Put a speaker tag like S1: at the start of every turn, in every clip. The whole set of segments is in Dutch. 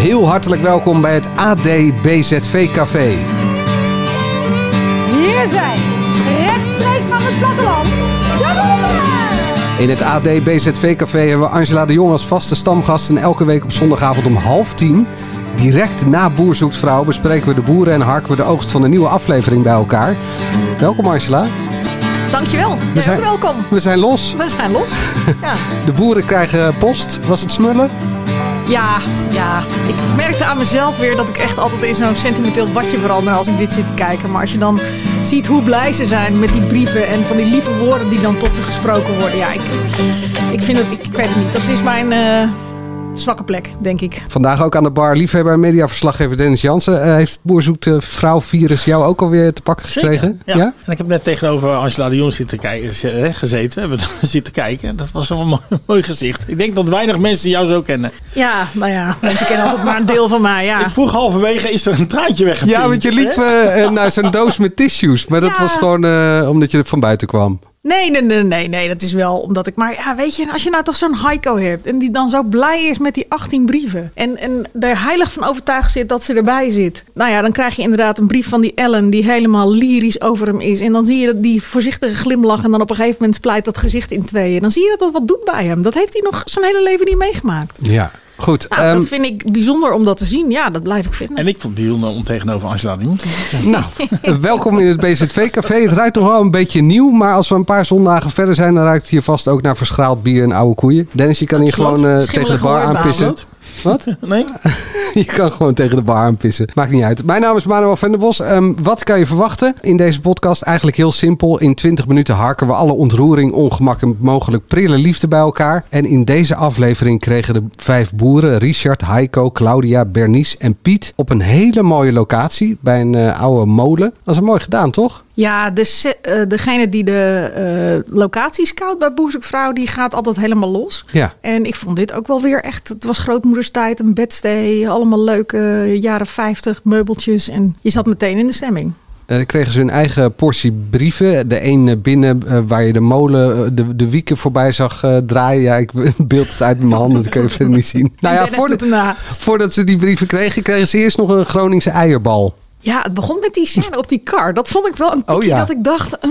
S1: Heel hartelijk welkom bij het AD BZV Café.
S2: Hier zijn, rechtstreeks van het platteland, de boeren!
S1: In het AD BZV Café hebben we Angela de Jong als vaste stamgast. En elke week op zondagavond om half tien, direct na Boer Zoekt Vrouw, bespreken we de boeren en harken we de oogst van een nieuwe aflevering bij elkaar. Welkom Angela.
S3: Dankjewel.
S1: We
S3: Ja,
S1: zijn-
S3: Welkom.
S1: We zijn los.
S3: We zijn los. Ja.
S1: De boeren krijgen post. Was het smullen?
S3: ja, ja. Ik merkte aan mezelf weer dat ik echt altijd in zo'n sentimenteel badje verander als ik dit zit te kijken. Maar als je dan ziet hoe blij ze zijn met die brieven en van die lieve woorden die dan tot ze gesproken worden. Ja, ik, ik vind het, ik, ik weet het niet. Dat is mijn eh, zwakke plek, denk ik.
S1: Vandaag ook aan de bar liefhebber en mediaverslaggever Dennis Jansen. Eh, heeft het Boer Zoekt eh, Vrouw virus jou ook alweer te pakken gekregen?
S4: Ja. En ik heb net tegenover Angela de Jong zitten kijken, ze- hè, gezeten. We hebben daar zitten kijken. Dat was een mooi, mooi gezicht. Ik denk dat weinig mensen jou zo kennen.
S3: Ja, nou ja. Mensen kennen altijd maar een deel van mij. Ja.
S4: Ik vroeg halverwege, is er een traantje weggepinkt?
S1: Ja, want je liep
S4: hè?
S1: eh, eh, naar zo'n doos met tissues. Maar dat
S3: Ja.
S1: was gewoon eh, omdat je er van buiten kwam.
S3: Nee, nee, nee, nee, nee. Dat is wel omdat ik. Maar ja, weet je, als je nou toch zo'n Heiko hebt. en die dan zo blij is met die 18 brieven. en, en er heilig van overtuigd zit dat ze erbij zit. Nou ja, dan krijg je inderdaad een brief van die Ellen. die helemaal lyrisch over hem is. En dan zie je dat die voorzichtige glimlach. en dan op een gegeven moment splijt dat gezicht in tweeën. Dan zie je dat dat wat doet bij hem. Dat heeft hij nog zijn hele leven niet meegemaakt.
S1: Ja. Goed.
S3: Nou,
S1: ehm,
S3: dat vind ik bijzonder om dat te zien. Ja, dat blijf ik vinden.
S4: En ik vond het bijzonder om tegenover Angela de Jong te zitten.
S1: nou, welkom in het BZV-café. Het ruikt nog wel een beetje nieuw, maar als we een paar zondagen verder zijn, dan ruikt het hier vast ook naar verschraald bier en oude koeien. Dennis, je kan hier
S4: Absoluut.
S1: gewoon eh, tegen de
S3: Schimmelige
S1: bar
S3: hoorbaan.
S1: aanpissen. Wat?
S4: Nee?
S1: Je kan gewoon tegen de bar aanpissen. Maakt niet uit. Mijn naam is Manuel van der Bos. Ehm, wat kan je verwachten in deze podcast? Eigenlijk heel simpel. In 20 minuten harken we alle ontroering, ongemak en mogelijk prille liefde bij elkaar. En in deze aflevering kregen de vijf boeren, Richard, Heiko, Claudia, Bernice en Piet, op een hele mooie locatie bij een eh, oude molen. Dat is mooi gedaan, toch?
S3: Ja, de, se- eh, degene die de eh, locatie scout bij Boezekvrouw, die gaat altijd helemaal los.
S1: Ja.
S3: En ik vond dit ook wel weer echt. Het was grootmoederstijd, een bedstee, allemaal leuke eh, jaren 50 meubeltjes. En je zat meteen in de stemming.
S1: Eh, kregen ze hun eigen portie brieven. De een eh, binnen eh, waar je de molen, eh, de, de wieken voorbij zag eh, draaien. Ja, ik beeld het uit met mijn handen, dat kun je verder niet zien. Nou
S3: En
S1: ja,
S3: Dennis
S1: voor
S3: doet
S1: de-
S3: hem na.
S1: voordat ze die brieven kregen, kregen ze eerst nog een Groningse eierbal.
S3: Ja, het begon met die scène op die kar. Dat vond ik wel een tikkie
S1: Oh ja.
S3: dat ik dacht, mm,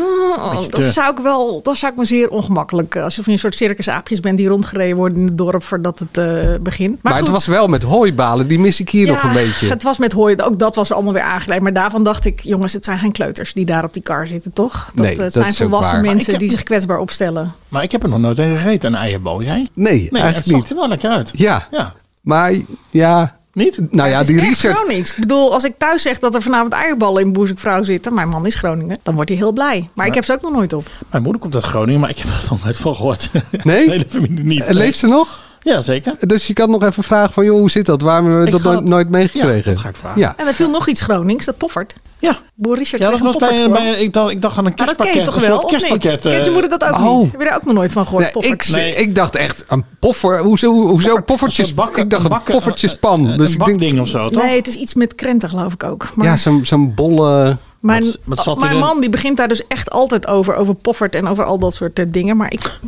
S4: Beetje
S3: dat
S4: te-
S3: zou ik wel, dat zou ik me zeer ongemakkelijk. eh, Als je van een soort circusaapjes bent die rondgereden worden in het dorp voordat het eh, begint.
S1: Maar,
S3: goed.
S1: het was wel met hooibalen, die mis ik hier nog een beetje.
S3: Het was met hooi, ook dat was allemaal weer aangeleid. Maar daarvan dacht ik, jongens, het zijn geen kleuters die daar op die kar zitten, toch? Dat,
S1: Nee,
S3: eh,
S1: dat
S3: het zijn
S1: is ook
S3: volwassen
S1: waar.
S4: Maar ik
S3: mensen
S4: heb-
S3: die zich kwetsbaar opstellen.
S4: Maar ik heb er nog nooit een gegeten, een eierbal. Jij?
S1: Nee,
S4: Nee, het
S1: eigenlijk
S4: zag
S1: niet.
S4: er wel lekker uit.
S1: Ja,
S4: Ja.
S1: maar ja,
S4: Niet?
S1: nou ja,
S3: het
S1: die
S3: is echt
S1: Richard.
S3: Gronings. Ik bedoel, als ik thuis zeg dat er vanavond eierballen in Boezekvrouw zitten, mijn man is Groningen, dan wordt hij heel blij. Maar ik heb ze ook nog nooit op.
S4: Mijn moeder komt uit Groningen, maar ik heb er nog nooit van gehoord.
S1: Nee?
S4: De hele familie niet.
S1: Eh, Leeft ze nog?
S4: Ja, zeker.
S1: Dus je kan nog even vragen van, joh, hoe zit dat? Waarom hebben we
S4: Ik
S1: dat
S4: ga
S1: nooit,
S4: dat-
S1: nooit
S4: Ja,
S1: meegekregen?
S4: dat ga ik vragen.
S1: Ja.
S3: En er viel nog iets Gronings, dat poffert.
S4: Ja.
S3: Boer Richard
S4: Ja, dat
S3: kreeg een poffert
S4: was bij, eh,
S3: voor.
S4: bij- ik, dacht, ik dacht aan een
S3: Maar Ah, dat ken
S4: kerstpakket.
S3: je toch
S4: een
S3: wel,
S4: soort
S3: of niet?
S4: kerstpakket.
S3: Kent je
S4: eh,
S3: moeder dat ook
S1: Oh.
S3: niet? Heb je daar ook nog nooit van gehoord,
S1: Nee,
S3: poffert?
S1: ik,
S4: Nee.
S1: ik dacht echt een poffer. Hoezo, hoezo poffertjes?
S4: Een soort bak-
S1: ik dacht
S4: een
S1: een
S4: bak-
S1: poffertjespan.
S4: een- een
S1: dus ik denk,
S4: bakding of zo, toch?
S3: Nee, het is iets met krenten, geloof ik ook. Maar
S1: ja, zo'n zo'n bolle...
S3: Mijn,
S4: Wat- wat zat
S3: mijn
S4: erin?
S3: man die begint daar dus echt altijd over, over Poffert en over al dat soort eh, dingen. Maar ik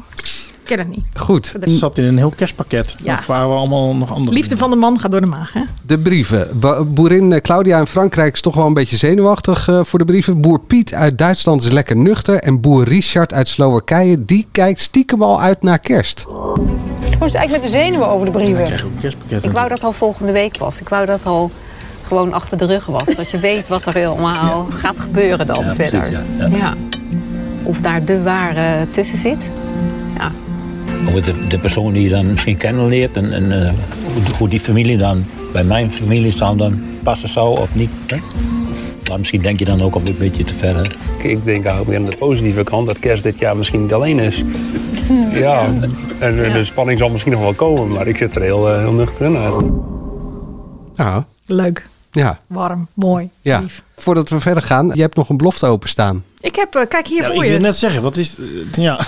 S3: ken het niet.
S1: Goed,
S4: Het zat in een heel kerstpakket.
S3: Ja.
S4: Ja. waren we allemaal nog andere
S3: Liefde
S4: dingen.
S3: van de man gaat door de maag, hè?
S1: de brieven. Ba- boerin eh, Claudia in Frankrijk is toch wel een beetje zenuwachtig eh, voor de brieven. Boer Piet uit Duitsland is lekker nuchter. En boer Richard uit Slowakije, die kijkt stiekem al uit naar kerst.
S5: Hoe is het eigenlijk met de zenuwen over de
S4: Ik
S5: brieven?
S4: kreeg ook een kerstpakket.
S5: Ik wou dat al volgende week was. Ik wou dat al gewoon achter de rug was. Dat je weet wat er allemaal gaat gebeuren dan verder. ja. Of daar de ware tussen zit. Ja.
S6: Hoe de, de persoon die je dan misschien kennen leert en, en eh, hoe- hoe die familie dan bij mijn familie zou dan passen zou of niet. hè? Maar misschien denk je dan ook al een beetje te ver. hè?
S7: Ik denk ook weer aan de positieve kant dat kerst dit jaar misschien niet alleen is. Ja, en de spanning zal misschien nog wel komen, maar ik zit er heel, eh, heel nuchter in eigenlijk.
S1: Ja,
S3: Leuk,
S1: ja,
S3: warm, mooi,
S1: ja.
S3: lief.
S1: Voordat we verder gaan, je hebt nog een belofte openstaan.
S3: Ik heb, eh, kijk hier
S4: Ja, ik
S3: voor
S4: wil
S3: je.
S4: net zeggen, wat is... eh, Ja,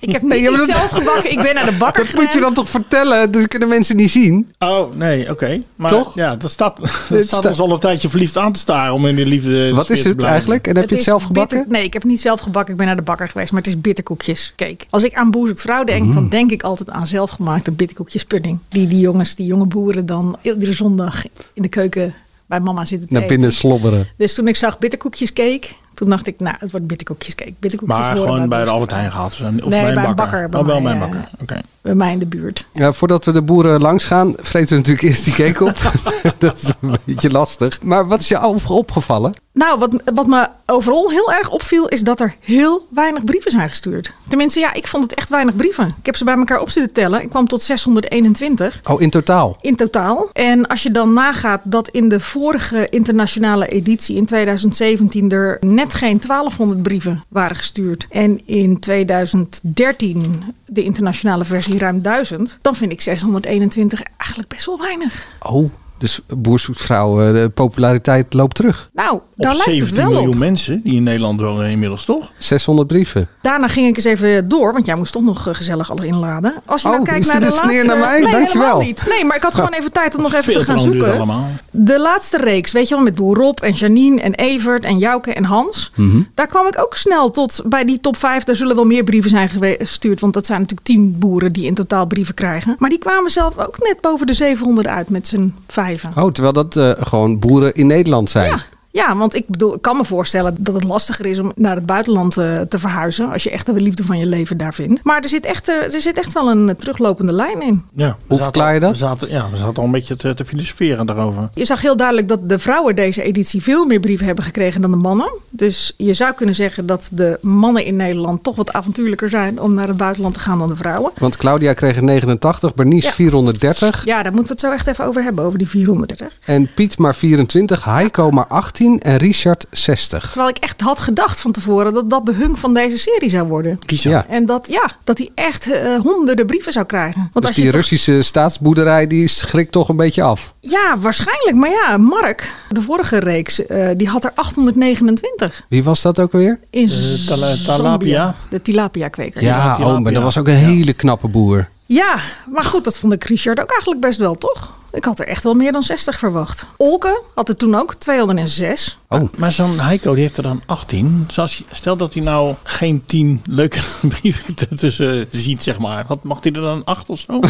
S3: Ik heb niet
S1: ja, maar
S3: iets
S1: dat-
S3: zelf gebakken. Ik ben naar de bakker
S1: Dat moet je
S3: gegaan.
S1: dan toch vertellen? Dus kunnen mensen niet zien.
S4: Oh, nee, oké. Maar
S1: Toch?
S4: Ja, dat staat, dat
S1: Dit
S4: staat
S1: sta-
S4: ons al een tijdje verliefd aan te staren om in die liefde
S1: Wat
S4: sfeer
S1: is
S4: te
S1: het
S4: blijven.
S1: eigenlijk? En heb je het
S3: is
S1: zelf gebakken?
S3: bitter- nee, ik heb het niet zelf gebakken. Ik ben naar de bakker geweest. Maar het is bitterkoekjescake. Als ik aan boerzoek vrouw denk, dan denk ik altijd aan zelfgemaakte bitterkoekjespudding. Die die jongens, die jonge boeren dan iedere zondag in de keuken bij mama zitten te
S1: Naar
S3: eten.
S1: binnen slobberen.
S3: Dus toen ik zag bitterkoekjescake, toen dacht ik, nou, het wordt bitterkoekjescake. Bitterkoekjes
S4: Maar
S3: horen
S4: gewoon bij
S3: boerzoek
S4: de Albert
S3: vrouw.
S4: Heijn gehaald. Of nee,
S3: bij
S4: bij
S3: een
S4: een bakker.
S3: bakker, bij
S4: oh, wel
S3: mij,
S4: bij een
S3: ja.
S4: bakker. Oké.
S3: Bij mij in de buurt.
S1: Ja, voordat we de boeren langs gaan, vreten we natuurlijk eerst die cake op. dat is een beetje lastig. Maar wat is je op- opgevallen?
S3: Nou, wat, wat me overal heel erg opviel, is dat er heel weinig brieven zijn gestuurd. Tenminste, ja, ik vond het echt weinig brieven. Ik heb ze bij elkaar op zitten tellen. Ik kwam tot 621
S1: Oh, in totaal.
S3: in totaal. En als je dan nagaat dat in de vorige internationale editie in 2017 er net geen 1200 brieven waren gestuurd. En in 2013 de internationale versie ruim 1000. Dan vind ik 621 eigenlijk best wel weinig.
S1: Oh, dus boer zoekt vrouw, eh, de populariteit loopt terug.
S3: Nou, daar
S4: Op
S3: lijkt het
S4: 17
S3: wel
S4: miljoen
S3: op.
S4: mensen die in Nederland wonen inmiddels, toch?
S1: 600 brieven.
S3: Daarna ging ik eens even door, want jij moest toch nog eh, gezellig alles inladen. Als je
S1: Oh,
S3: nou kijkt
S1: is
S3: naar
S1: dit
S3: de
S1: een
S3: laatste...
S1: sneer naar mij?
S3: Nee,
S1: Dankjewel. Nou,
S3: helemaal niet. Nee, maar ik had gewoon even tijd om nog even
S4: Veel
S3: te gaan
S4: lang duurt het
S3: zoeken.
S4: allemaal.
S3: De laatste reeks, weet je wel, met Boer Rob en Janine en Evert en Jouke en Hans. Daar kwam ik ook snel tot bij die top 5. Daar zullen wel meer brieven zijn gewe- gestuurd, want dat zijn natuurlijk 10 boeren die in totaal brieven krijgen. Maar die kwamen zelf ook net boven de 700 uit met z'n vijven.
S1: Oh, terwijl dat eh, gewoon boeren in Nederland zijn.
S3: Ja. Ja, want ik bedoel, ik kan me voorstellen dat het lastiger is om naar het buitenland eh, te verhuizen. Als je echt de liefde van je leven daar vindt. Maar er zit echt, eh, er zit echt wel een eh, teruglopende lijn in.
S4: Ja, we
S1: Hoe
S4: zaten
S1: verklaar je
S4: al-
S1: dat?
S4: We zaten, ja, we zaten al een beetje te, te filosoferen daarover.
S3: Je zag heel duidelijk dat de vrouwen deze editie veel meer brieven hebben gekregen dan de mannen. Dus je zou kunnen zeggen dat de mannen in Nederland toch wat avontuurlijker zijn om naar het buitenland te gaan dan de vrouwen.
S1: Want Claudia kreeg er 89, Bernice
S3: Ja.
S1: 430
S3: Ja, daar moeten we het zo echt even over hebben, over die 430.
S1: en Piet maar 24, Heiko maar 18 en Richard 60.
S3: Terwijl ik echt had gedacht van tevoren dat dat de hunk van deze serie zou worden.
S4: Kiezen.
S1: Ja.
S3: En dat, ja, dat hij echt eh, honderden brieven zou krijgen. Want
S1: Dus
S3: als je
S1: die
S3: toch-
S1: Russische staatsboerderij die schrikt toch een beetje af.
S3: Ja, waarschijnlijk. Maar ja, Mark, de vorige reeks, eh, die had er 829
S1: Wie was dat ook weer?
S3: in
S4: tala-
S3: Zambia.
S4: talapia.
S3: De tilapia-kweker.
S1: Ja,
S4: tilapia.
S1: oh, maar dat was ook een hele knappe boer.
S3: Ja, maar goed, dat vond ik Richard ook eigenlijk best wel, toch? Ik had er echt wel meer dan 60 verwacht. Olke had er toen ook 206.
S1: Oh,
S4: Maar zo'n Heiko die heeft er dan 18. Zoals, stel dat hij nou geen 10 leuke brieven ertussen ziet, zeg maar. Wat, mag hij er dan 8 of zo?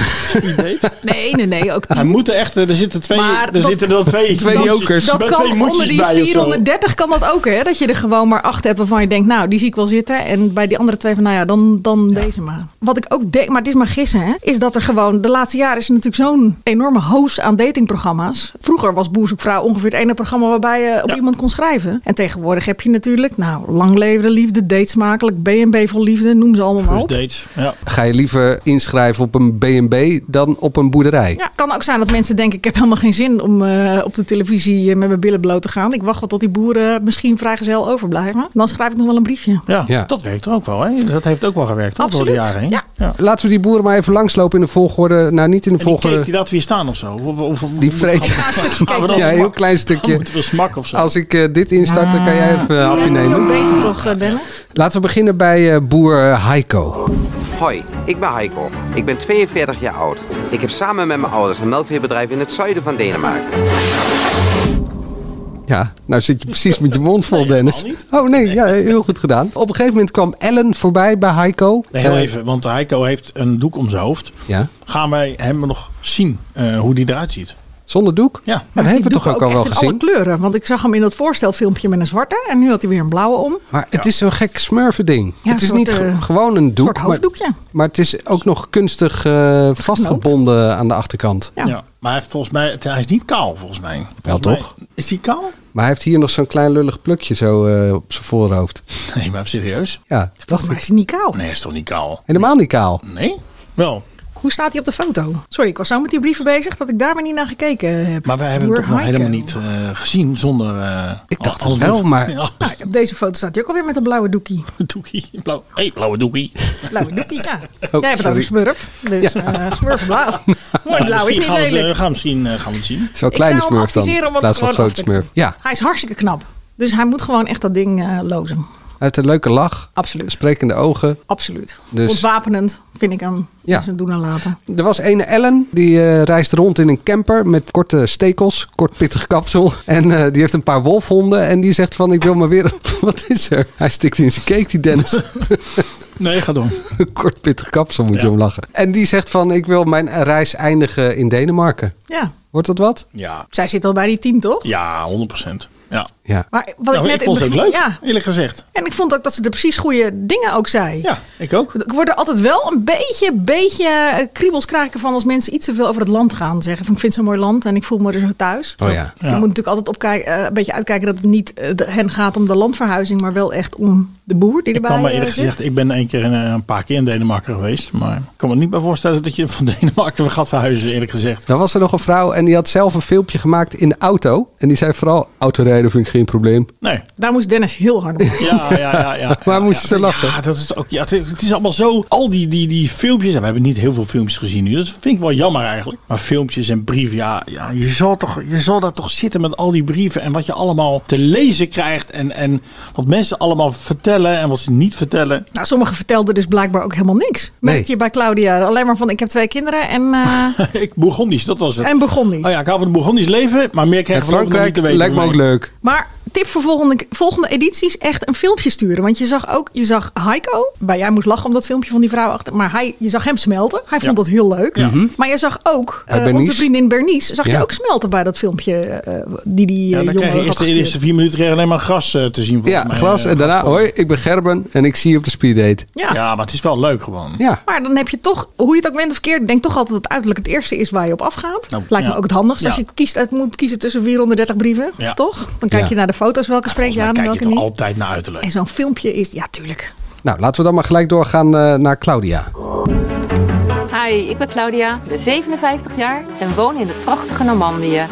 S4: Wie weet.
S3: Nee, nee, nee, ook 10.
S4: Hij moet er echt, er zitten, twee,
S3: Maar
S4: er
S3: dat-
S4: zitten er dan twee,
S1: Twee
S4: dat-
S1: jokers.
S3: Dat
S4: met twee
S3: kan onder
S4: moedjes
S3: die
S4: bij of zo.
S3: 430 kan dat ook, hè? Dat je er gewoon maar acht hebt waarvan je denkt, nou, die zie ik wel zitten. En bij die andere twee van, nou ja, dan, dan deze maar. Wat ik ook denk, maar het is maar gissen, hè? Is dat er gewoon, de laatste jaren is er natuurlijk zo'n enorme hoos aan datingprogramma's. Vroeger was Boerzoekvrouw ongeveer het ene programma waarbij je op
S4: Ja.
S3: iemand kon schrijven. En tegenwoordig heb je natuurlijk, nou, lang leven de liefde, dates smakelijk, B&B vol liefde, noem ze allemaal maar
S4: Plus
S3: op.
S4: dates. Ja.
S1: ga je liever inschrijven op een B&B dan op een boerderij?
S3: Ja, kan ook zijn dat mensen denken: ik heb helemaal geen zin om eh, op de televisie eh, met mijn billen bloot te gaan. Ik wacht wel tot die boeren misschien vrijgezel overblijven. Dan schrijf ik nog wel een briefje.
S4: Ja,
S1: Ja.
S4: dat werkt er ook wel. Hè? Dat heeft ook wel gewerkt hoor, door de
S3: Absoluut,
S4: jaren heen.
S3: ja.
S1: Laten we die boeren maar even langslopen in de volgorde. Nou, niet in de
S4: En die
S1: volgorde.
S4: keek die laat weer staan of zo. Of, of, of-
S1: Die vreet-
S4: Gaan we dan
S1: Ja, een heel
S4: smak-
S1: klein
S4: Dan
S1: stukje.
S4: moeten we smak of zo.
S1: Als ik eh, dit instart, dan kan jij even een hapje
S3: Heel
S1: nemen.
S3: beter toch, eh, Bellen?
S1: Laten we beginnen bij eh, boer eh, Heiko.
S8: Hoi, ik ben Heiko. Ik ben 42 jaar oud. Ik heb samen met mijn ouders een melkveebedrijf in het zuiden van Denemarken.
S1: Ja, nou zit je precies met je mond vol, Dennis.
S4: helemaal niet.
S1: Oh nee, ja, heel goed gedaan. Op een gegeven moment kwam Ellen voorbij bij Heiko.
S4: Nee, heel
S1: Eh,
S4: even, want Heiko heeft een doek om zijn hoofd.
S1: Ja,
S4: Gaan wij hem nog zien eh, hoe die eruit ziet?
S1: zonder doek. Nou,
S4: Ja.
S1: dat
S3: Die
S1: hebben we
S3: doek
S1: toch ook al
S3: echt
S1: wel
S4: oh,
S3: in
S1: gezien.
S3: alle kleuren. Want ik zag hem in dat voorstelfilmpje met een zwarte. En nu had hij weer een blauwe om.
S1: Maar het is zo'n gek smurfen ding.
S3: Ja,
S1: het is
S3: een soort,
S1: niet ge-
S3: eh,
S1: gewoon een doek.
S3: soort hoofddoekje.
S1: Maar, maar het is ook nog kunstig eh, vastgebonden aan de achterkant.
S3: Ja.
S4: Ja. Maar hij, heeft volgens mij, hij is niet kaal, volgens mij.
S1: Wel
S4: Volgens mij-
S1: toch?
S4: Is hij kaal?
S1: Maar hij heeft hier nog zo'n klein lullig plukje zo eh, op zijn voorhoofd.
S4: Nee, maar serieus?
S1: Ja, dacht
S3: Maar
S1: ik.
S3: is hij niet kaal?
S4: Nee, hij is toch niet kaal?
S1: Helemaal niet kaal.
S4: Nee? Wel.
S3: Hoe staat hij op de foto? Sorry, ik was zo met die brieven bezig dat ik daar maar niet naar gekeken heb.
S4: Maar wij hebben
S3: Boer
S4: hem toch nog
S3: Heiko.
S4: helemaal niet eh, gezien zonder... eh,
S1: Ik dacht
S4: al-
S1: het wel,
S4: al-
S1: maar-
S4: Ja,
S3: Nou, op deze foto staat hij ook alweer met een blauwe doekie.
S4: doekie. Blauw. hey, blauwe doekie.
S3: Blauwe doekie, ja.
S1: Oh,
S3: Jij hebt het
S1: sorry.
S3: over smurf. Dus eh, smurf blauw.
S4: Nou,
S3: Maar blauw is
S4: misschien
S3: niet
S4: gaan we het,
S3: lelijk.
S4: eh, gaan we misschien eh, gaan we het zien.
S1: Zo'n
S3: Ik
S1: kleine
S3: zou hem
S1: smurf dan.
S3: adviseren
S1: In
S3: om het
S1: plaats van
S3: gewoon
S1: grote
S3: af te
S1: smurf. Ja,
S3: Hij is hartstikke knap. Dus hij moet gewoon echt dat ding eh, lozen.
S1: Uit een leuke lach,
S3: Absoluut.
S1: sprekende ogen.
S3: Absoluut.
S1: Dus-
S3: Ontwapenend vind ik hem.
S1: Ja.
S3: Ja. Dus het doen en laten.
S1: Er was ene Ellen, die eh, reist rond in een camper met korte stekels, kort pittig kapsel. En eh, die heeft een paar wolfhonden en die zegt van ik wil maar weer... Wat is er? Hij stikt in zijn cake, die Dennis.
S4: Nee, ga door.
S1: Een kort pittig kapsel moet je
S4: Ja.
S1: om lachen. En die zegt van ik wil mijn reis eindigen in Denemarken.
S3: Ja.
S1: Wordt dat wat?
S4: Ja,
S3: Zij zit al bij die team, toch?
S4: ja 100%. Ja.
S1: Ja.
S3: Maar wat
S4: Nou,
S3: Oh, ik
S4: ik,
S3: net in
S4: vond het
S3: het
S4: ook
S3: begin-
S4: leuk,
S3: Ja.
S4: eerlijk gezegd.
S3: En ik vond ook dat ze de precies goede dingen ook zei.
S4: Ja, ik ook.
S3: Ik word er altijd wel een beetje, beetje eh, kriebels krijg ik ervan als mensen iets te veel over het land gaan zeggen. Van ik vind het zo'n mooi land en ik voel me er zo thuis.
S1: Oh ja.
S3: Je moet natuurlijk altijd opkijken, eh, een beetje uitkijken dat het niet eh, de- hen gaat om de landverhuizing, maar wel echt om de boer die
S4: Ik
S3: erbij
S4: kan me
S3: eh,
S4: eerlijk
S3: zit.
S4: gezegd, ik ben een, keer in, eh, een paar keer in Denemarken geweest. Maar ik kan me niet meer voorstellen dat je van Denemarken weer gaat verhuizen, eerlijk gezegd.
S1: Dan was er nog een vrouw en die had zelf een filmpje gemaakt in de auto. En die zei vooral, autorijden vind ik geen probleem.
S4: Nee.
S3: Daar moest Dennis heel hard op.
S4: Ja, ja, ja. ja
S1: Waar
S4: ja,
S1: moesten
S4: ja.
S1: ze lachen?
S4: Ja, dat is ook, ja, het, is- het is allemaal zo. Al die, die, die filmpjes. en We hebben niet heel veel filmpjes gezien nu. Dat vind ik wel jammer eigenlijk. Maar filmpjes en brieven. Ja, ja je, zal toch, je zal daar toch zitten met al die brieven. En wat je allemaal te lezen krijgt. En, en wat mensen allemaal vertellen en wat ze niet vertellen.
S3: Nou, sommigen vertelden dus blijkbaar ook helemaal niks. Merk
S1: Nee.
S3: je bij Claudia alleen maar van ik heb twee kinderen en, eh
S4: ik, Bourgondisch, dat was het.
S3: en begon niet.
S4: Oh ja, ik hou van het Bourgondisch leven. Maar meer krijg
S1: En
S4: ik voorlopig nog niet
S1: Frankrijk
S4: te weten.
S1: lijkt me
S4: van
S1: ook leuk.
S3: Maar tip voor volgende, volgende edities echt een filmpje sturen. Want je zag ook, je zag Heiko. Bij jij moest lachen om dat filmpje van die vrouw achter. Maar hij, je zag hem smelten. Hij vond
S4: Ja. Mhm.
S3: dat heel leuk. Maar je zag ook
S1: Bij
S3: eh, onze
S1: Bernice.
S3: vriendin Bernice. Zag
S1: Ja.
S3: je ook smelten bij dat filmpje eh, die die
S4: Ja,
S3: eh,
S4: dan
S3: jongen
S4: krijg je
S3: had
S4: eerst de
S3: gestuurd.
S4: eerste vier minuten krijg je alleen maar gras eh, te zien. volgens
S1: Ja,
S4: mij.
S1: gras.
S4: Eh,
S1: En daarna,
S4: graspollen.
S1: hoi, ik ben Gerben en ik zie je op de speeddate.
S3: Ja.
S4: Ja, maar het is wel leuk gewoon.
S1: Ja.
S3: Maar dan heb je toch, hoe je het ook bent of verkeerd, denk toch altijd dat uiterlijk het eerste is waar je op afgaat.
S4: Nou,
S3: Lijkt
S4: ja.
S3: me ook het handigst als
S4: Ja.
S3: je kiest, uit moet kiezen tussen 430 brieven,
S4: Ja.
S3: toch? Dan kijk
S1: Ja.
S3: je naar de foto's, welke spreek
S4: Volgens
S3: je
S4: mij
S3: aan en
S4: kijk je
S3: welke
S4: toch
S3: niet.
S4: altijd naar uiterlijk.
S3: En zo'n filmpje is, ja tuurlijk,
S1: Nou, laten we dan maar gelijk doorgaan eh, naar Claudia.
S5: Hi, ik ben Claudia, ben 57 jaar en woon in het prachtige Normandië.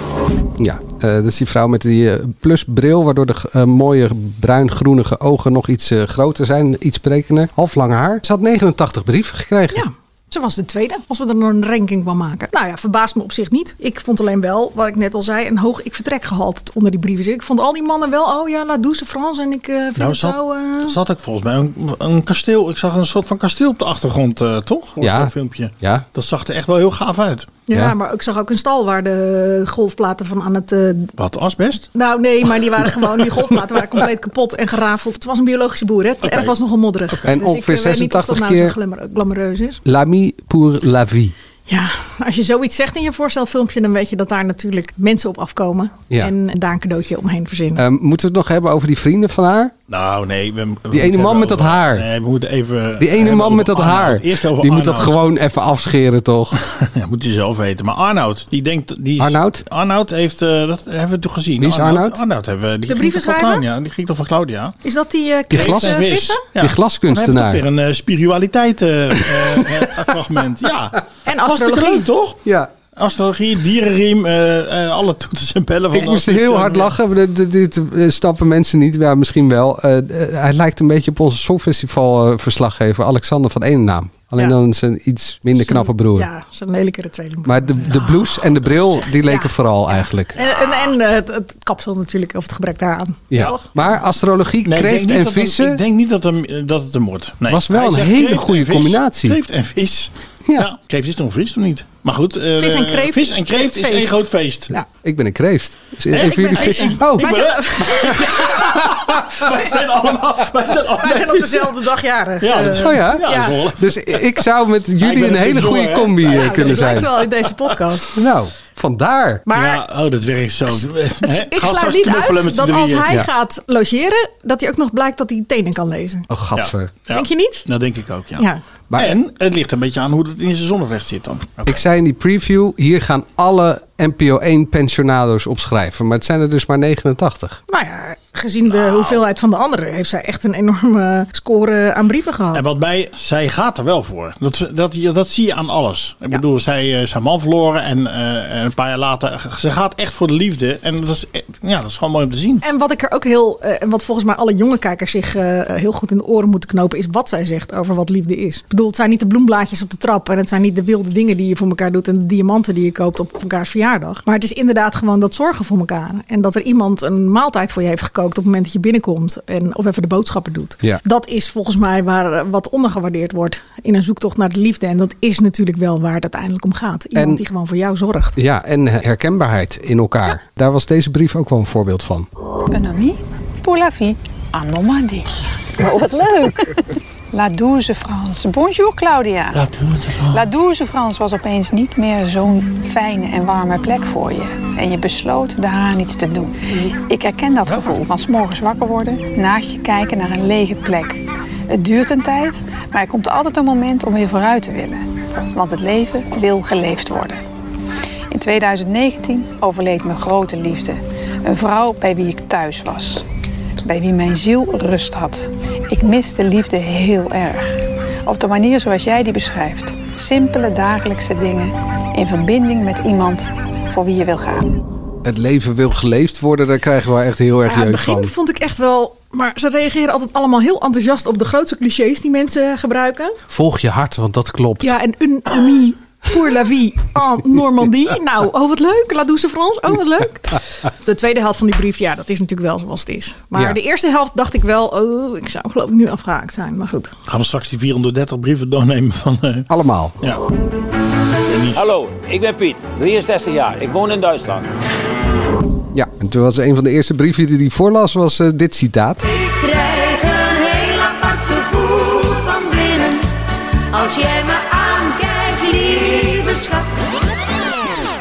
S1: Ja, eh, dat is die vrouw met die eh, plusbril, waardoor de eh, mooie bruin-groenige ogen nog iets eh, groter zijn, iets sprekender. Half lang haar. Ze had 89 brieven gekregen.
S3: Ja. Ze was de tweede, als we er nog een ranking van maken. Nou ja, verbaast me op zich niet. Ik vond alleen wel, wat ik net al zei, een hoog ik vertrek gehalte onder die brieven. Dus ik vond al die mannen wel, oh ja, la douce France en ik eh vind
S4: Nou
S3: het
S4: zat,
S3: zo... eh,
S4: zat ik volgens mij een, een kasteel. Ik zag een soort van kasteel op de achtergrond, eh, toch? Was
S1: Ja.
S4: dat filmpje.
S1: Ja.
S4: Dat zag er echt wel heel gaaf uit.
S3: ja,
S1: ja.
S3: maar ik zag ook een stal waar de golfplaten van aan het... eh,
S4: Wat asbest?
S3: nou nee, maar die waren gewoon, die golfplaten waren compleet kapot en gerafeld. Het was een biologische boer, hè. Het erf was nogal modderig.
S1: En
S3: Dus ik
S1: ongeveer
S3: eh, weet niet of
S1: 86
S3: dat nou
S1: keer-
S3: zo glamor- glamoureus is.
S1: L'ami pour la vie.
S3: Ja, als je zoiets zegt in je voorstelfilmpje, dan weet je dat daar natuurlijk mensen op afkomen.
S1: Ja.
S3: En daar een cadeautje omheen verzinnen.
S1: Ehm, moeten we het nog hebben over die vrienden van haar?
S4: Nou, nee. we- we moeten
S1: ene
S4: even
S1: man met
S4: over-
S1: dat haar.
S4: Nee, we moeten even...
S1: Die ene
S4: hebben
S1: man
S4: over
S1: met dat
S4: Arnoud.
S1: haar.
S4: Eerst over
S1: die moet dat
S4: Arnoud.
S1: gewoon even afscheren, toch?
S4: Ja, moet hij zelf weten. Maar Arnoud, die denkt... Die is-
S1: Arnoud?
S4: Arnoud heeft... eh, dat hebben we toen gezien.
S1: Wie is Arnoud?
S4: Arnoud, hebben we. Die ging toch van
S3: brievenschrijver?
S4: Claudia. Die ging toch van Claudia?
S3: Is dat die eh
S1: Die
S3: kreeft,
S1: glas-
S3: eh,
S4: Vis.
S3: vissen?
S4: Ja.
S1: Die glaskunstenaar.
S4: Dan heb je toch weer een eh, spiritualiteit eh, eh, eh, fragment. Ja.
S3: En
S4: Hartstikke
S3: astrologie.
S4: leuk, toch?
S1: ja.
S4: Astrologie, dierenriem, eh, eh, alle toeters en pellen. Van
S1: Ik moest heel hard lachen. Dit, dit, dit, eh, snappen mensen niet. Ja, misschien wel. Eh, eh, hij lijkt een beetje op onze Songfestival-verslaggever Alexander van Eenennaam. Alleen
S3: Ja.
S1: dan zijn iets minder knappe broer.
S3: Ja, zo'n lelijkere tweede.
S1: Maar de, de blouse en de bril, die leken vooral eigenlijk.
S3: En, en, en eh, het, het kapsel natuurlijk, of het gebrek daaraan.
S1: Ja.
S3: Toch?
S1: Maar astrologie,
S4: Nee, ik denk
S1: kreeft
S4: niet
S1: en
S4: dat hem-
S1: vissen.
S4: ik denk niet dat, hem, eh, dat het hem wordt. Nee.
S1: Was wel
S4: Hij
S1: een
S4: zegt
S1: hele
S4: kreeft
S1: goede
S4: en vis.
S1: combinatie.
S4: Kreeft en vis.
S1: Ja.
S4: Ja. Kreeft is toch een vis of niet? Maar goed. eh,
S3: Vis en kreeft-
S4: Vis en kreeft is
S3: feest.
S4: één groot feest.
S3: Ja.
S1: ik ben een kreeft. Dus
S4: Echt?
S1: even
S4: Ik ben
S1: jullie
S4: een
S1: vissen-
S4: vissen.
S1: Oh,
S4: Ik
S3: Wij
S4: ben-
S3: zijn,
S4: Wij zijn allemaal. Wij zijn, allemaal
S3: wij zijn op
S4: vissen.
S3: dezelfde dag jarig.
S4: Ja, dat is-
S1: oh ja.
S4: Ja, dat is wel-
S1: Dus ik zou met jullie
S4: ben
S1: een
S4: een
S1: hele
S4: stuk
S1: goede
S4: jonger, hè?
S1: combi eh,
S3: Ja,
S1: kunnen
S3: dat lijkt
S1: zijn.
S3: wel in deze podcast.
S1: Nou, vandaar.
S3: Maar
S4: ja, oh, dat werkt zo. Hè?
S3: ik
S4: Ga
S3: sluit
S4: straks
S3: niet
S4: knuffelen met
S3: uit
S4: z'n
S3: dat als
S4: drieën.
S3: hij
S1: Ja.
S3: gaat logeren, dat hij ook nog blijkt dat hij tenen kan lezen.
S1: Oh, gadver.
S4: Ja.
S3: Denk je niet?
S4: Dat denk ik ook, ja.
S3: Ja.
S1: Maar-
S4: en het ligt een beetje aan hoe het in zijn zonnevlecht zit dan.
S3: Oh.
S4: Oké.
S1: Ik zei in die preview, hier gaan alle NPO 1 pensionado's opschrijven. Maar het zijn er dus maar 89.
S3: Maar ja, gezien
S4: Nou.
S3: de hoeveelheid van de anderen, heeft zij echt een enorme score aan brieven gehad.
S4: En wat mij, zij gaat er wel voor. Dat, dat, dat zie je aan alles. Ik bedoel, zij eh, is haar man verloren en eh, een paar jaar later, g- ze gaat echt voor de liefde. En dat is, eh, ja, dat is gewoon mooi om te zien.
S3: En wat ik er ook heel, eh, en wat volgens mij alle jonge kijkers zich eh, heel goed in de oren moeten knopen, is wat zij zegt over wat liefde is. Ik bedoel, het zijn niet de bloemblaadjes op de trap en het zijn niet de wilde dingen die je voor elkaar doet en de diamanten die je koopt op elkaars verjaardag. Maar het is inderdaad gewoon dat zorgen voor elkaar. En dat er iemand een maaltijd voor je heeft gekookt gekookt op het moment dat je binnenkomt. En of even de boodschappen doet.
S1: Ja.
S3: Dat is volgens mij waar eh, wat ondergewaardeerd wordt in een zoektocht naar de liefde. En dat is natuurlijk wel waar het uiteindelijk om gaat. Iemand
S1: En-
S3: die gewoon voor jou zorgt.
S1: Ja, en herkenbaarheid in elkaar. Daar was deze brief ook wel een voorbeeld van.
S9: Un ami pour la vie. En Normandie.
S5: Oh, wat leuk.
S9: La douce France. Bonjour Claudia.
S4: Laat doen het wel.
S9: La douce France was opeens niet meer zo'n fijne en warme plek voor je. En je besloot daaraan iets te doen. Ik herken dat gevoel van 's morgens wakker worden, naast je kijken naar een lege plek. Het duurt een tijd, maar er komt altijd een moment om weer vooruit te willen. Want het leven wil geleefd worden. In 2019 overleed mijn grote liefde. Een vrouw bij wie ik thuis was. Bij wie mijn ziel rust had. Ik miste liefde heel erg. Op de manier zoals jij die beschrijft. Simpele dagelijkse dingen in verbinding met iemand voor wie je wil gaan.
S1: Het leven wil geleefd worden, daar krijgen we echt heel erg
S3: Ja, in het
S1: jeugd
S3: begin
S1: van.
S3: vond ik echt wel... Maar ze reageren altijd allemaal heel enthousiast op de grootste clichés die mensen gebruiken.
S1: Volg je hart, want dat klopt.
S3: Ja, en un ami pour la vie en Normandie. Nou, oh wat leuk. La douce France, oh wat leuk. De tweede helft van die brief, ja, dat is natuurlijk wel zoals het is. Maar
S1: Ja.
S3: de eerste helft dacht ik wel, oh, ik zou geloof ik nu afgehaakt zijn. Maar goed.
S4: Gaan we straks die 430 brieven doornemen van... eh,
S1: Allemaal.
S4: ja.
S6: Hallo, ik ben Piet, 63 jaar. Ik woon in Duitsland.
S1: Ja, en toen was een van de eerste brieven die hij voorlas, was eh, dit citaat.
S10: krijg een heel apart gevoel van binnen. Als jij me aankijkt, lieve schat.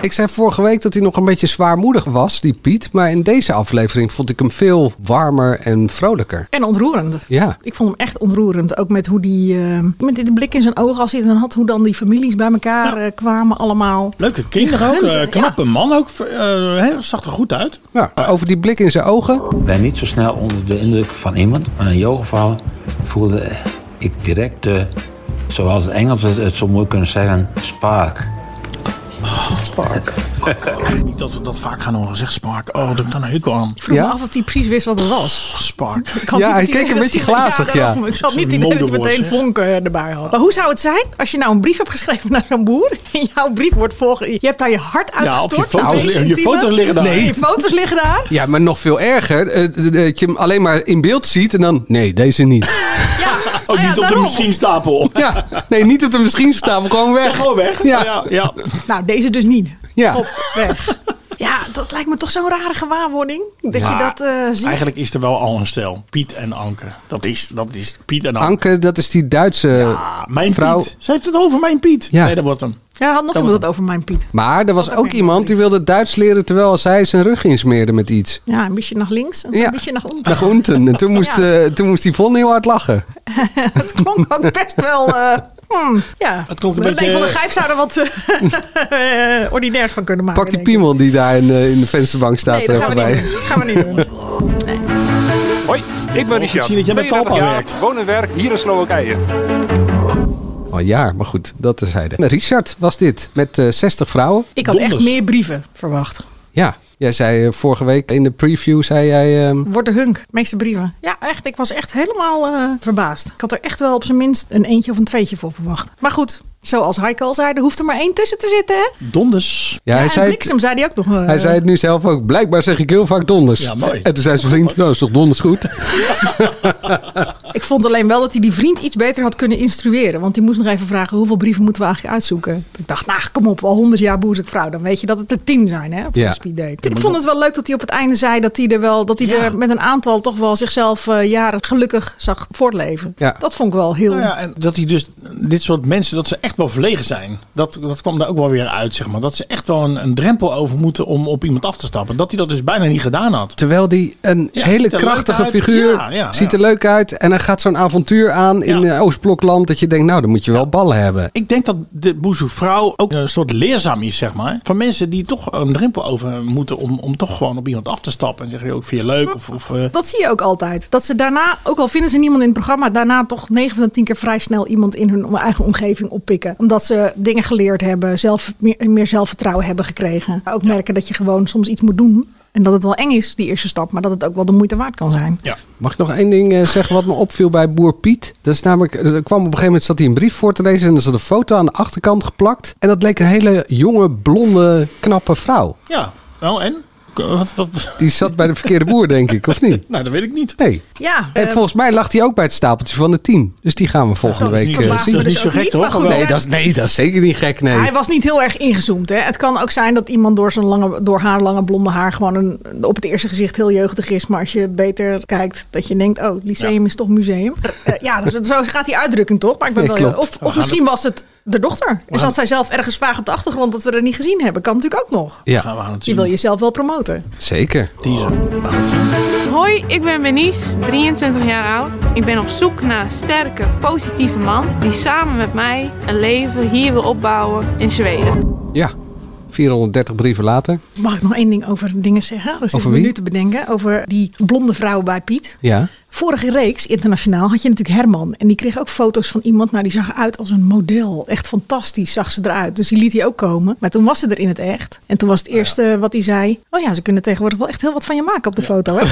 S1: Ik zei vorige week dat hij nog een beetje zwaarmoedig was, die Piet. Maar in deze aflevering vond ik hem veel warmer en vrolijker.
S3: En ontroerend.
S1: Ja.
S3: Ik vond hem echt ontroerend. Ook met hoe die, eh, met de blik in zijn ogen als hij het dan had. Hoe dan die families bij elkaar eh, kwamen allemaal.
S4: Leuke kinderen ook.
S3: Die
S4: eh,
S3: gunt,
S4: knappe man ook. eh, hè, zag er goed uit.
S1: Ja, over die blik in zijn ogen.
S6: Ik ben niet zo snel onder de indruk van iemand, maar in jouw geval voelde ik direct, eh, zoals de Engelsen het, het zo mooi kunnen zeggen, spark.
S4: Niet dat we dat vaak gaan horen. Zeg Spark. Oh, dat ik dan een hekel aan.
S3: Ik vroeg
S1: Ja?
S3: me af of hij precies wist wat het was.
S4: Spark.
S3: Ik had
S1: Ja,
S3: niet
S1: hij
S3: het idee
S1: keek een
S3: dat
S1: beetje
S3: hij-
S1: glazig, ja.
S3: daarom. Ik had niet het idee dat hij
S4: Modewoord,
S3: meteen
S4: zeg.
S3: vonken erbij had. Maar hoe zou het zijn als je nou een brief hebt geschreven naar zo'n boer... en jouw brief wordt volge... Je hebt daar je hart uitgestort.
S4: op je foto's
S3: deze
S4: liggen- je
S3: intieme-
S4: foto's liggen daar.
S3: Je foto's liggen daar.
S1: Ja, maar nog veel erger. eh, d- d- dat je hem alleen maar in beeld ziet en dan... Nee, deze niet.
S3: Ja,
S4: Ook
S3: nou ja,
S4: niet op de
S3: daarom.
S4: Oh, misschien stapel.
S1: Ja, nee, niet op de misschien staan, gewoon weg.
S4: Gewoon weg.
S1: Ja.
S4: ja. ja.
S3: Nou, deze dus niet.
S1: Ja.
S3: Op, weg. Ja, dat lijkt me toch zo'n rare gewaarwording. Dat je
S4: Maar
S3: dat eh ziet.
S4: Eigenlijk is er wel al een stel. Piet en Anke. Dat is, dat is Piet en Anke.
S1: Anke, dat is die Duitse...
S4: Ah, mijn
S1: vrouw.
S4: Piet. Ze heeft het over mijn Piet.
S1: Ja.
S4: Nee, dat wordt hem.
S3: Ja, had nog iemand het over mijn Piet.
S1: Maar er was
S3: Dat ook
S1: ook
S3: een
S1: iemand die wilde Duits leren terwijl zij zijn rug insmeerde met iets.
S3: Ja, een beetje naar links, een
S1: Ja.
S3: beetje naar onder.
S1: Naar groenten. En toen moest,
S3: Ja.
S1: eh, toen moest die Von heel hard lachen.
S3: Het klonk ook best wel. eh, hmm, ja.
S4: Het klonk een
S3: René
S4: beetje-
S3: van der Gijp zou er wat eh, ordinairs van kunnen maken.
S1: Pak die
S3: denk ik.
S1: piemel die daar in, eh, in de vensterbank staat
S3: Nee, dat
S1: er
S3: gaan we,
S1: voorbij.
S3: niet doen. gaan we niet doen.
S7: Hoi, ik ben Richard.
S4: Oh, zie dat jij bij
S7: 32
S4: Talpa
S7: jaar,
S4: werkt.
S7: Woon en werk hier in Slowakije.
S1: Al jaar, maar goed, dat terzijde. Richard was dit, met eh 60 vrouwen.
S3: Ik had echt
S4: Donders.
S3: meer brieven verwacht.
S1: Ja, jij zei eh, vorige week in de preview, zei jij... ehm,
S3: Wordt de hunk, de meeste brieven. Ja, echt. Ik was echt helemaal eh, verbaasd. Ik had er echt wel op zijn minst een eentje of een tweetje voor verwacht. Maar goed, zoals Heike al zei, er hoeft er maar één tussen te zitten. Hè?
S4: Donders.
S1: ja, hij
S3: en
S1: zei het,
S3: Bliksem zei die ook nog. eh,
S1: hij zei het nu zelf ook. Blijkbaar zeg ik heel vaak donders.
S4: Ja, mooi.
S1: En toen zei zijn vriend, nou is toch donders goed?
S3: Ik vond alleen wel dat hij die vriend iets beter had kunnen instrueren. Want die moest nog even vragen, hoeveel brieven moeten we eigenlijk uitzoeken? Ik dacht, nou kom op, al honderd jaar boerzekvrouw. Dan weet je dat het er tien zijn hè, op
S1: Ja.
S3: een speeddate. Ik vond het wel leuk dat hij op het einde zei dat hij er wel... dat hij er met een aantal toch wel zichzelf eh, jaren gelukkig zag voortleven.
S1: Ja.
S3: Dat vond ik wel heel...
S4: Nou ja, en dat hij dus, dit soort mensen, dat ze echt wel verlegen zijn. Dat, dat kwam daar ook wel weer uit, zeg maar. Dat ze echt wel een, een drempel over moeten om op iemand af te stappen. Dat hij dat dus bijna niet gedaan had.
S1: Terwijl die een
S4: Ja,
S1: hele
S4: ziet er leuk
S1: krachtige
S4: uit.
S1: figuur
S4: Ja, ja,
S1: ziet
S4: ja.
S1: er leuk uit. En hij gaat zo'n avontuur aan in
S4: Ja.
S1: eh, Oostblokland. Dat je denkt, nou dan moet je wel ballen hebben.
S4: Ik denk dat de boezemvrouw ook een soort leerzaam is, zeg maar. Van mensen die toch een drempel over moeten om, om toch gewoon op iemand af te stappen. En zeggen, joh, ik vind je leuk. Of, of, eh,
S3: Dat zie je ook altijd. Dat ze daarna, ook al vinden ze niemand in het programma, daarna toch 9 van de 10 keer vrij snel iemand in hun eigen omgeving oppikken. Omdat ze dingen geleerd hebben, zelf, meer, meer zelfvertrouwen hebben gekregen. Ook merken dat je gewoon soms iets moet doen. En dat het wel eng is, die eerste stap, maar dat het ook wel de moeite waard kan zijn.
S4: ja.
S1: Mag ik nog één ding eh, zeggen wat me opviel bij boer Piet? Dat is namelijk, er kwam op een gegeven moment zat hij een brief voor te lezen en er zat een foto aan de achterkant geplakt. En dat leek een hele jonge, blonde, knappe vrouw.
S4: Ja, nou en? Wat, wat-
S1: Die zat bij de verkeerde boer, denk ik, of niet?
S4: Nou, dat weet ik niet.
S1: Nee.
S3: Ja,
S1: En
S3: eh,
S1: volgens mij lag hij ook bij het stapeltje van de 10. Dus die gaan we volgende
S3: dat-
S1: week
S3: dat
S1: eh,
S3: laten
S1: zien.
S3: we dus
S4: Niet zo
S3: ook
S4: gek,
S3: niet,
S4: hoor,
S3: maar goed,
S4: gewoon.
S1: Nee
S3: er zijn-
S1: dat, is, nee, dat is zeker niet gek, nee.
S3: Hij was niet heel erg ingezoomd. Hè? Het kan ook zijn dat iemand door, zijn lange, door haar lange blonde haar gewoon een, op het eerste gezicht heel jeugdig is. Maar als je beter kijkt, dat je denkt, oh, lyceum is toch museum. Eh, ja, dus, zo gaat die uitdrukking toch? Maar ik ben
S1: Ja,
S3: wel,
S1: klopt.
S3: Of, of misschien was het de dochter. Dus dat zij zelf ergens vaag op de achtergrond dat we er niet gezien hebben. Kan natuurlijk ook nog.
S4: Gaan
S1: Ja,
S4: we aan het
S3: Je
S4: zien.
S3: wil jezelf wel promoten.
S1: zeker.
S4: Teaser. We gaan het zien.
S2: Hoi, ik ben Benice, 23 jaar oud. Ik ben op zoek naar een sterke, positieve man die samen met mij een leven hier wil opbouwen in Zweden.
S1: Ja, 430 brieven later.
S3: Mag ik nog één ding over dingen zeggen? Dat is
S1: Over
S3: een
S1: wie?
S3: minuut te bedenken. Over die blonde vrouw bij Piet.
S1: Ja.
S3: Vorige reeks, internationaal, had je natuurlijk Herman. En die kreeg ook foto's van iemand. Nou, die zag eruit als een model. Echt fantastisch zag ze eruit. Dus die liet hij ook komen. Maar toen was ze er in het echt. En toen was het eerste wat hij zei. Oh ja, ze kunnen tegenwoordig wel echt heel wat van je maken op de foto, hè?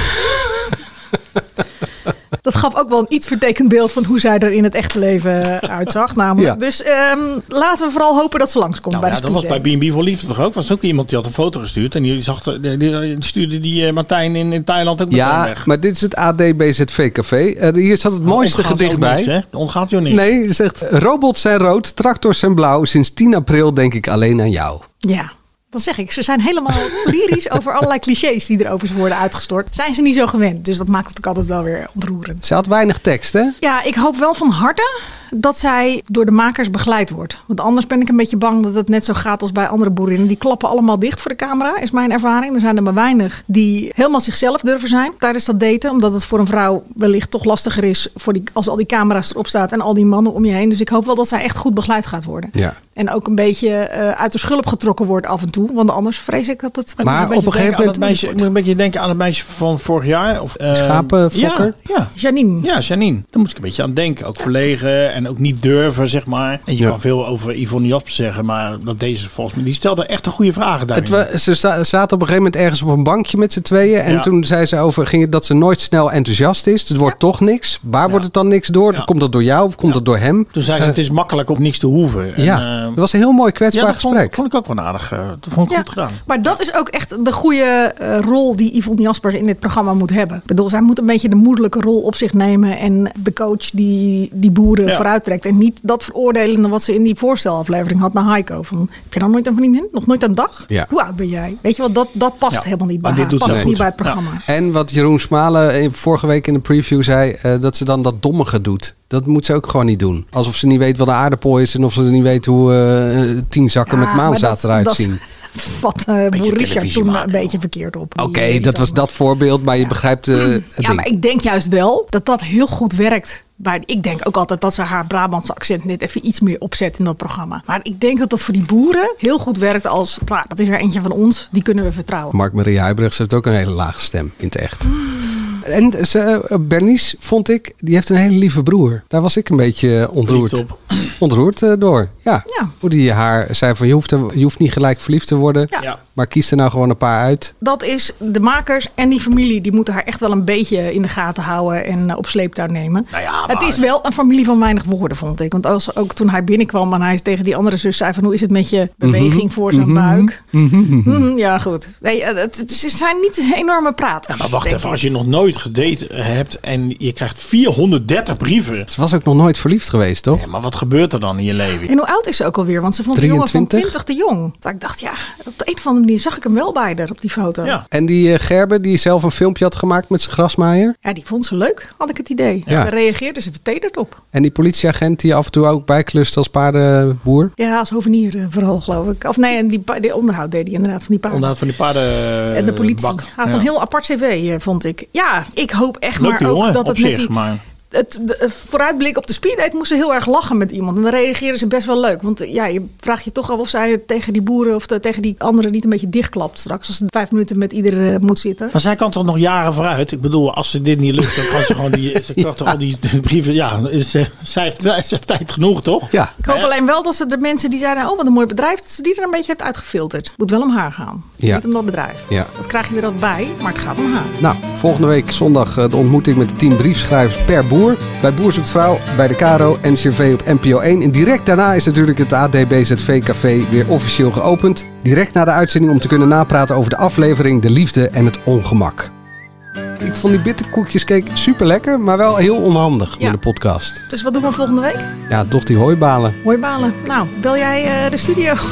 S3: Dat gaf ook wel een iets vertekend beeld van hoe zij er in het echte leven eh, uitzag. Namelijk.
S1: Ja.
S3: Dus ehm, laten we vooral hopen dat ze langskomt
S4: Nou,
S3: bij
S4: ja,
S3: de
S4: dat was bij
S3: speeddate.
S4: B&B voor Liefde toch ook? Was ook iemand die had een foto gestuurd. En die, zag, de- die, die stuurde die eh, Martijn in, in Thailand ook meteen
S1: Ja,
S4: weg.
S1: maar dit is het ADBZV-café. Eh, hier zat het mooiste
S4: Ontgaat
S1: gedicht
S4: jou niks,
S1: bij.
S4: hè? Ontgaat jou niks.
S1: Nee, je zegt robots zijn rood, tractors zijn blauw. Sinds 10 april denk ik alleen aan jou.
S3: Ja, dat zeg ik. Ze zijn helemaal lyrisch over allerlei clichés die er over ze worden uitgestort. Zijn ze niet zo gewend. Dus dat maakt het ook altijd wel weer ontroerend.
S1: Ze had weinig tekst, hè?
S3: Ja, ik hoop wel van harte dat zij door de makers begeleid wordt. Want anders ben ik een beetje bang dat het net zo gaat als bij andere boerinnen. Die klappen allemaal dicht voor de camera, is mijn ervaring. Er zijn er maar weinig die helemaal zichzelf durven zijn tijdens dat daten. Omdat het voor een vrouw wellicht toch lastiger is voor die, als al die camera's erop staan en al die mannen om je heen. Dus ik hoop wel dat zij echt goed begeleid gaat worden.
S1: Ja.
S3: En ook een beetje eh, uit de schulp getrokken wordt af en toe. Want anders vrees ik dat het...
S1: Maar op een gegeven
S4: denken aan
S1: moment-
S4: dat meisje, ik moet een beetje denken aan het meisje van vorig jaar. Of, eh,
S1: Schapenfokker?
S4: Ja, ja.
S3: oh, Janine.
S4: Ja, Janine. Daar moest ik een beetje aan denken. Ook verlegen en ook niet durven, zeg maar. En je
S1: Ja.
S4: kan veel over Yvonne Jasp zeggen, maar dat deze volgens mij... Die stelde echt de goede vragen daarin.
S1: Het wa- ze sta- zaten op een gegeven moment ergens op een bankje met z'n tweeën. En
S4: Ja.
S1: toen zei ze over ging het dat ze nooit snel enthousiast is. Het wordt toch niks. Waar wordt het dan niks door?
S4: Ja.
S1: Komt dat door jou of komt dat door hem?
S4: Toen zei ze, het is makkelijk om niks te hoeven. En,
S1: Eh. ja,
S4: eh,
S1: dat was een heel mooi kwetsbaar
S4: ja, dat vond,
S1: gesprek.
S4: vond ik ook wel aardig. eh, dat vond ik goed gedaan.
S3: Maar dat is ook echt de goede eh, rol die Yvonne Jaspers in dit programma moet hebben. Ik bedoel, zij moet een beetje de moedelijke rol op zich nemen. En de coach die die boeren
S4: Ja.
S3: vooruit trekt. En niet dat veroordelende wat ze in die voorstelaflevering had naar Heiko. Van, heb je dan nooit een vriendin? Nog nooit een dag?
S1: Ja.
S3: Hoe oud ben jij? Weet je wat, dat, dat past
S4: Ja.
S3: helemaal niet bij
S4: Maar dit
S3: haar.
S4: doet ze
S3: past
S4: goed.
S3: niet bij het
S4: Ja.
S3: programma.
S1: En wat Jeroen Smalen eh, vorige week in de preview zei, eh, dat ze dan dat dommige doet. Dat moet ze ook gewoon niet doen. Alsof ze niet weet wat een aardappel is en of ze niet weet hoe eh, tien zakken
S3: Ja,
S1: met
S3: maar
S1: maanzaad
S3: dat-
S1: eruit
S3: dat
S1: zien.
S3: Vat eh, boer Richard
S4: televisie
S3: toen
S4: maken.
S3: een beetje verkeerd op. Die,
S1: Oké,
S3: eh, die
S1: dat was
S3: zomer.
S1: dat voorbeeld, maar je begrijpt eh, het
S3: Ja,
S1: ding.
S3: maar ik denk juist wel dat dat heel goed werkt. Maar ik denk ook altijd dat ze haar Brabantse accent net even iets meer opzet in dat programma. Maar ik denk dat dat voor die boeren heel goed werkt als... Klaar, dat is er eentje van ons, die kunnen we vertrouwen.
S1: Mark Maria Huibrechts heeft ook een hele lage stem in het echt. En ze, eh, Bernice, vond ik, die heeft een hele lieve broer. Daar was ik een beetje eh, ontroerd,
S4: Verliefd op.
S1: ontroerd eh, door. Ja.
S3: Ja.
S1: Hoe die haar zei van je hoeft, er- je hoeft niet gelijk verliefd te worden.
S3: Ja.
S4: Ja.
S1: Maar kies er nou gewoon een paar uit.
S3: Dat is de makers en die familie, die moeten haar echt wel een beetje in de gaten houden en eh, op sleeptouw nemen.
S4: Nou ja,
S3: Het
S4: maar-
S3: is wel een familie van weinig woorden, vond ik. Want als, ook toen hij binnenkwam en hij tegen die andere zus zei van hoe is het met je
S4: Mhm.
S3: beweging voor zijn buik? Mhm, ja, goed. Nee, eh, het, het- ze zijn niet enorme praters.
S4: Ja, maar wacht
S3: denk
S4: even,
S3: ik.
S4: als je nog nooit gedate eh, hebt en je krijgt 430 brieven.
S1: Ze was ook nog nooit verliefd geweest, toch?
S4: Ja, maar wat gebeurt er dan in je leven?
S3: En hoe oud is ze ook alweer? Want ze vond die jongen van
S1: 23?
S3: 20 te jong. Dat ik dacht, ja, op de een of andere manier zag ik hem wel bij haar op die foto.
S4: Ja.
S1: En die eh, Gerben, die zelf een filmpje had gemaakt met zijn grasmaaier.
S3: Ja, die vond ze leuk, had ik het idee.
S1: Ja.
S3: Daar reageerde ze vertederd op.
S1: En die politieagent die af en toe ook bijklust als paardenboer.
S3: Ja, als hovenier eh, vooral, geloof ik. Of nee, en die, pa- die onderhoud deed hij inderdaad van die paarden.
S4: Onderhoud van die paarden. eh,
S3: En de politie.
S4: bak.
S3: Hij had
S4: Ja.
S3: een heel apart cv, eh, vond ik. Ja, ik hoop echt
S4: Leuke
S3: maar
S4: jongen,
S3: ook dat
S4: op
S3: het met
S4: zich,
S3: die...
S4: maar-
S3: Het de- eh, vooruitblik op de speeddate moest ze heel erg lachen met iemand. En dan reageerden ze best wel leuk. Want eh, ja, je vraagt je toch af of zij het tegen die boeren of de- tegen die anderen niet een beetje dichtklapt straks. Als ze vijf minuten met ieder eh, moet zitten.
S4: Maar zij kan toch nog jaren vooruit? Ik bedoel, als ze dit niet lukt, dan kan ze gewoon die, ze kan toch al die brieven. Ja, is, eh, zij, heeft, zij heeft tijd genoeg, toch?
S1: Ja.
S3: Ik hoop alleen wel dat ze de mensen die zeiden, oh wat een mooi bedrijf, dat ze die er een beetje heeft uitgefilterd. Moet wel om haar gaan.
S1: Ja.
S3: Niet om dat bedrijf.
S1: Ja.
S3: Dat krijg je er al bij, maar het gaat om haar.
S1: Nou, volgende week zondag eh, de ontmoeting met de tien briefschrijvers per boer. Boer. Bij Boer zoekt Vrouw, bij de Caro, NCRV op NPO 1. En direct daarna is natuurlijk het ADBZV-café weer officieel geopend. Direct na de uitzending om te kunnen napraten over de aflevering, de liefde en het ongemak. Ik vond die bitterkoekjescake super lekker, maar wel heel onhandig voor
S3: Ja.
S1: de podcast.
S3: Dus wat doen we volgende week?
S1: Ja, toch die hooibalen.
S3: Mooi balen. Nou, bel jij eh, de studio.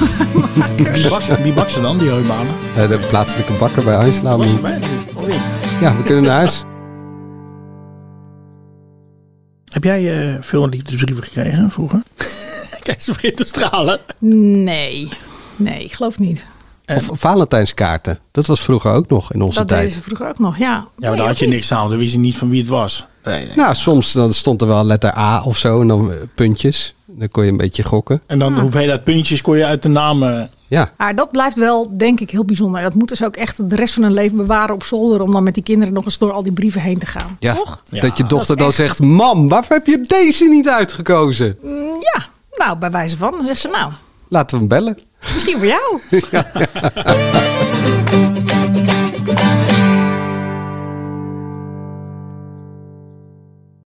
S4: Wie bakt ze- Wie bakt ze dan, die hooibanen?
S1: Eh, De plaatselijke bakker bij Einslaam.
S4: Was ze bij? Of niet?
S1: Ja, we kunnen naar huis.
S4: Heb jij eh, veel liefdesbrieven gekregen vroeger? Kijk, ze begint te stralen.
S3: nee. Nee, ik geloof niet.
S1: Of Valentijnskaarten. Dat was vroeger ook nog in onze
S3: Dat
S1: tijd.
S3: deden ze vroeger ook nog, ja.
S4: Ja, maar daar had je niks aan. Dan wist je niet van wie het was. Nee, nee.
S1: Nou, soms dan stond er wel letter A of zo en dan eh, puntjes. Dan kon je een beetje gokken.
S4: En dan de hoeveelheid puntjes kon je uit de namen...
S1: Ja,
S3: Maar dat blijft wel, denk ik, heel bijzonder. Dat moeten ze ook echt de rest van hun leven bewaren op zolder. Om dan met die kinderen nog eens door al die brieven heen te gaan.
S1: ja.
S3: Toch?
S4: Ja,
S1: dat je dochter
S3: dat
S1: dan
S3: is echt-
S1: zegt: Mam, waarvoor heb je deze niet uitgekozen?
S3: Mm, Ja, nou, bij wijze van. Dan zegt ze, nou,
S1: Laten we hem bellen.
S3: misschien voor jou.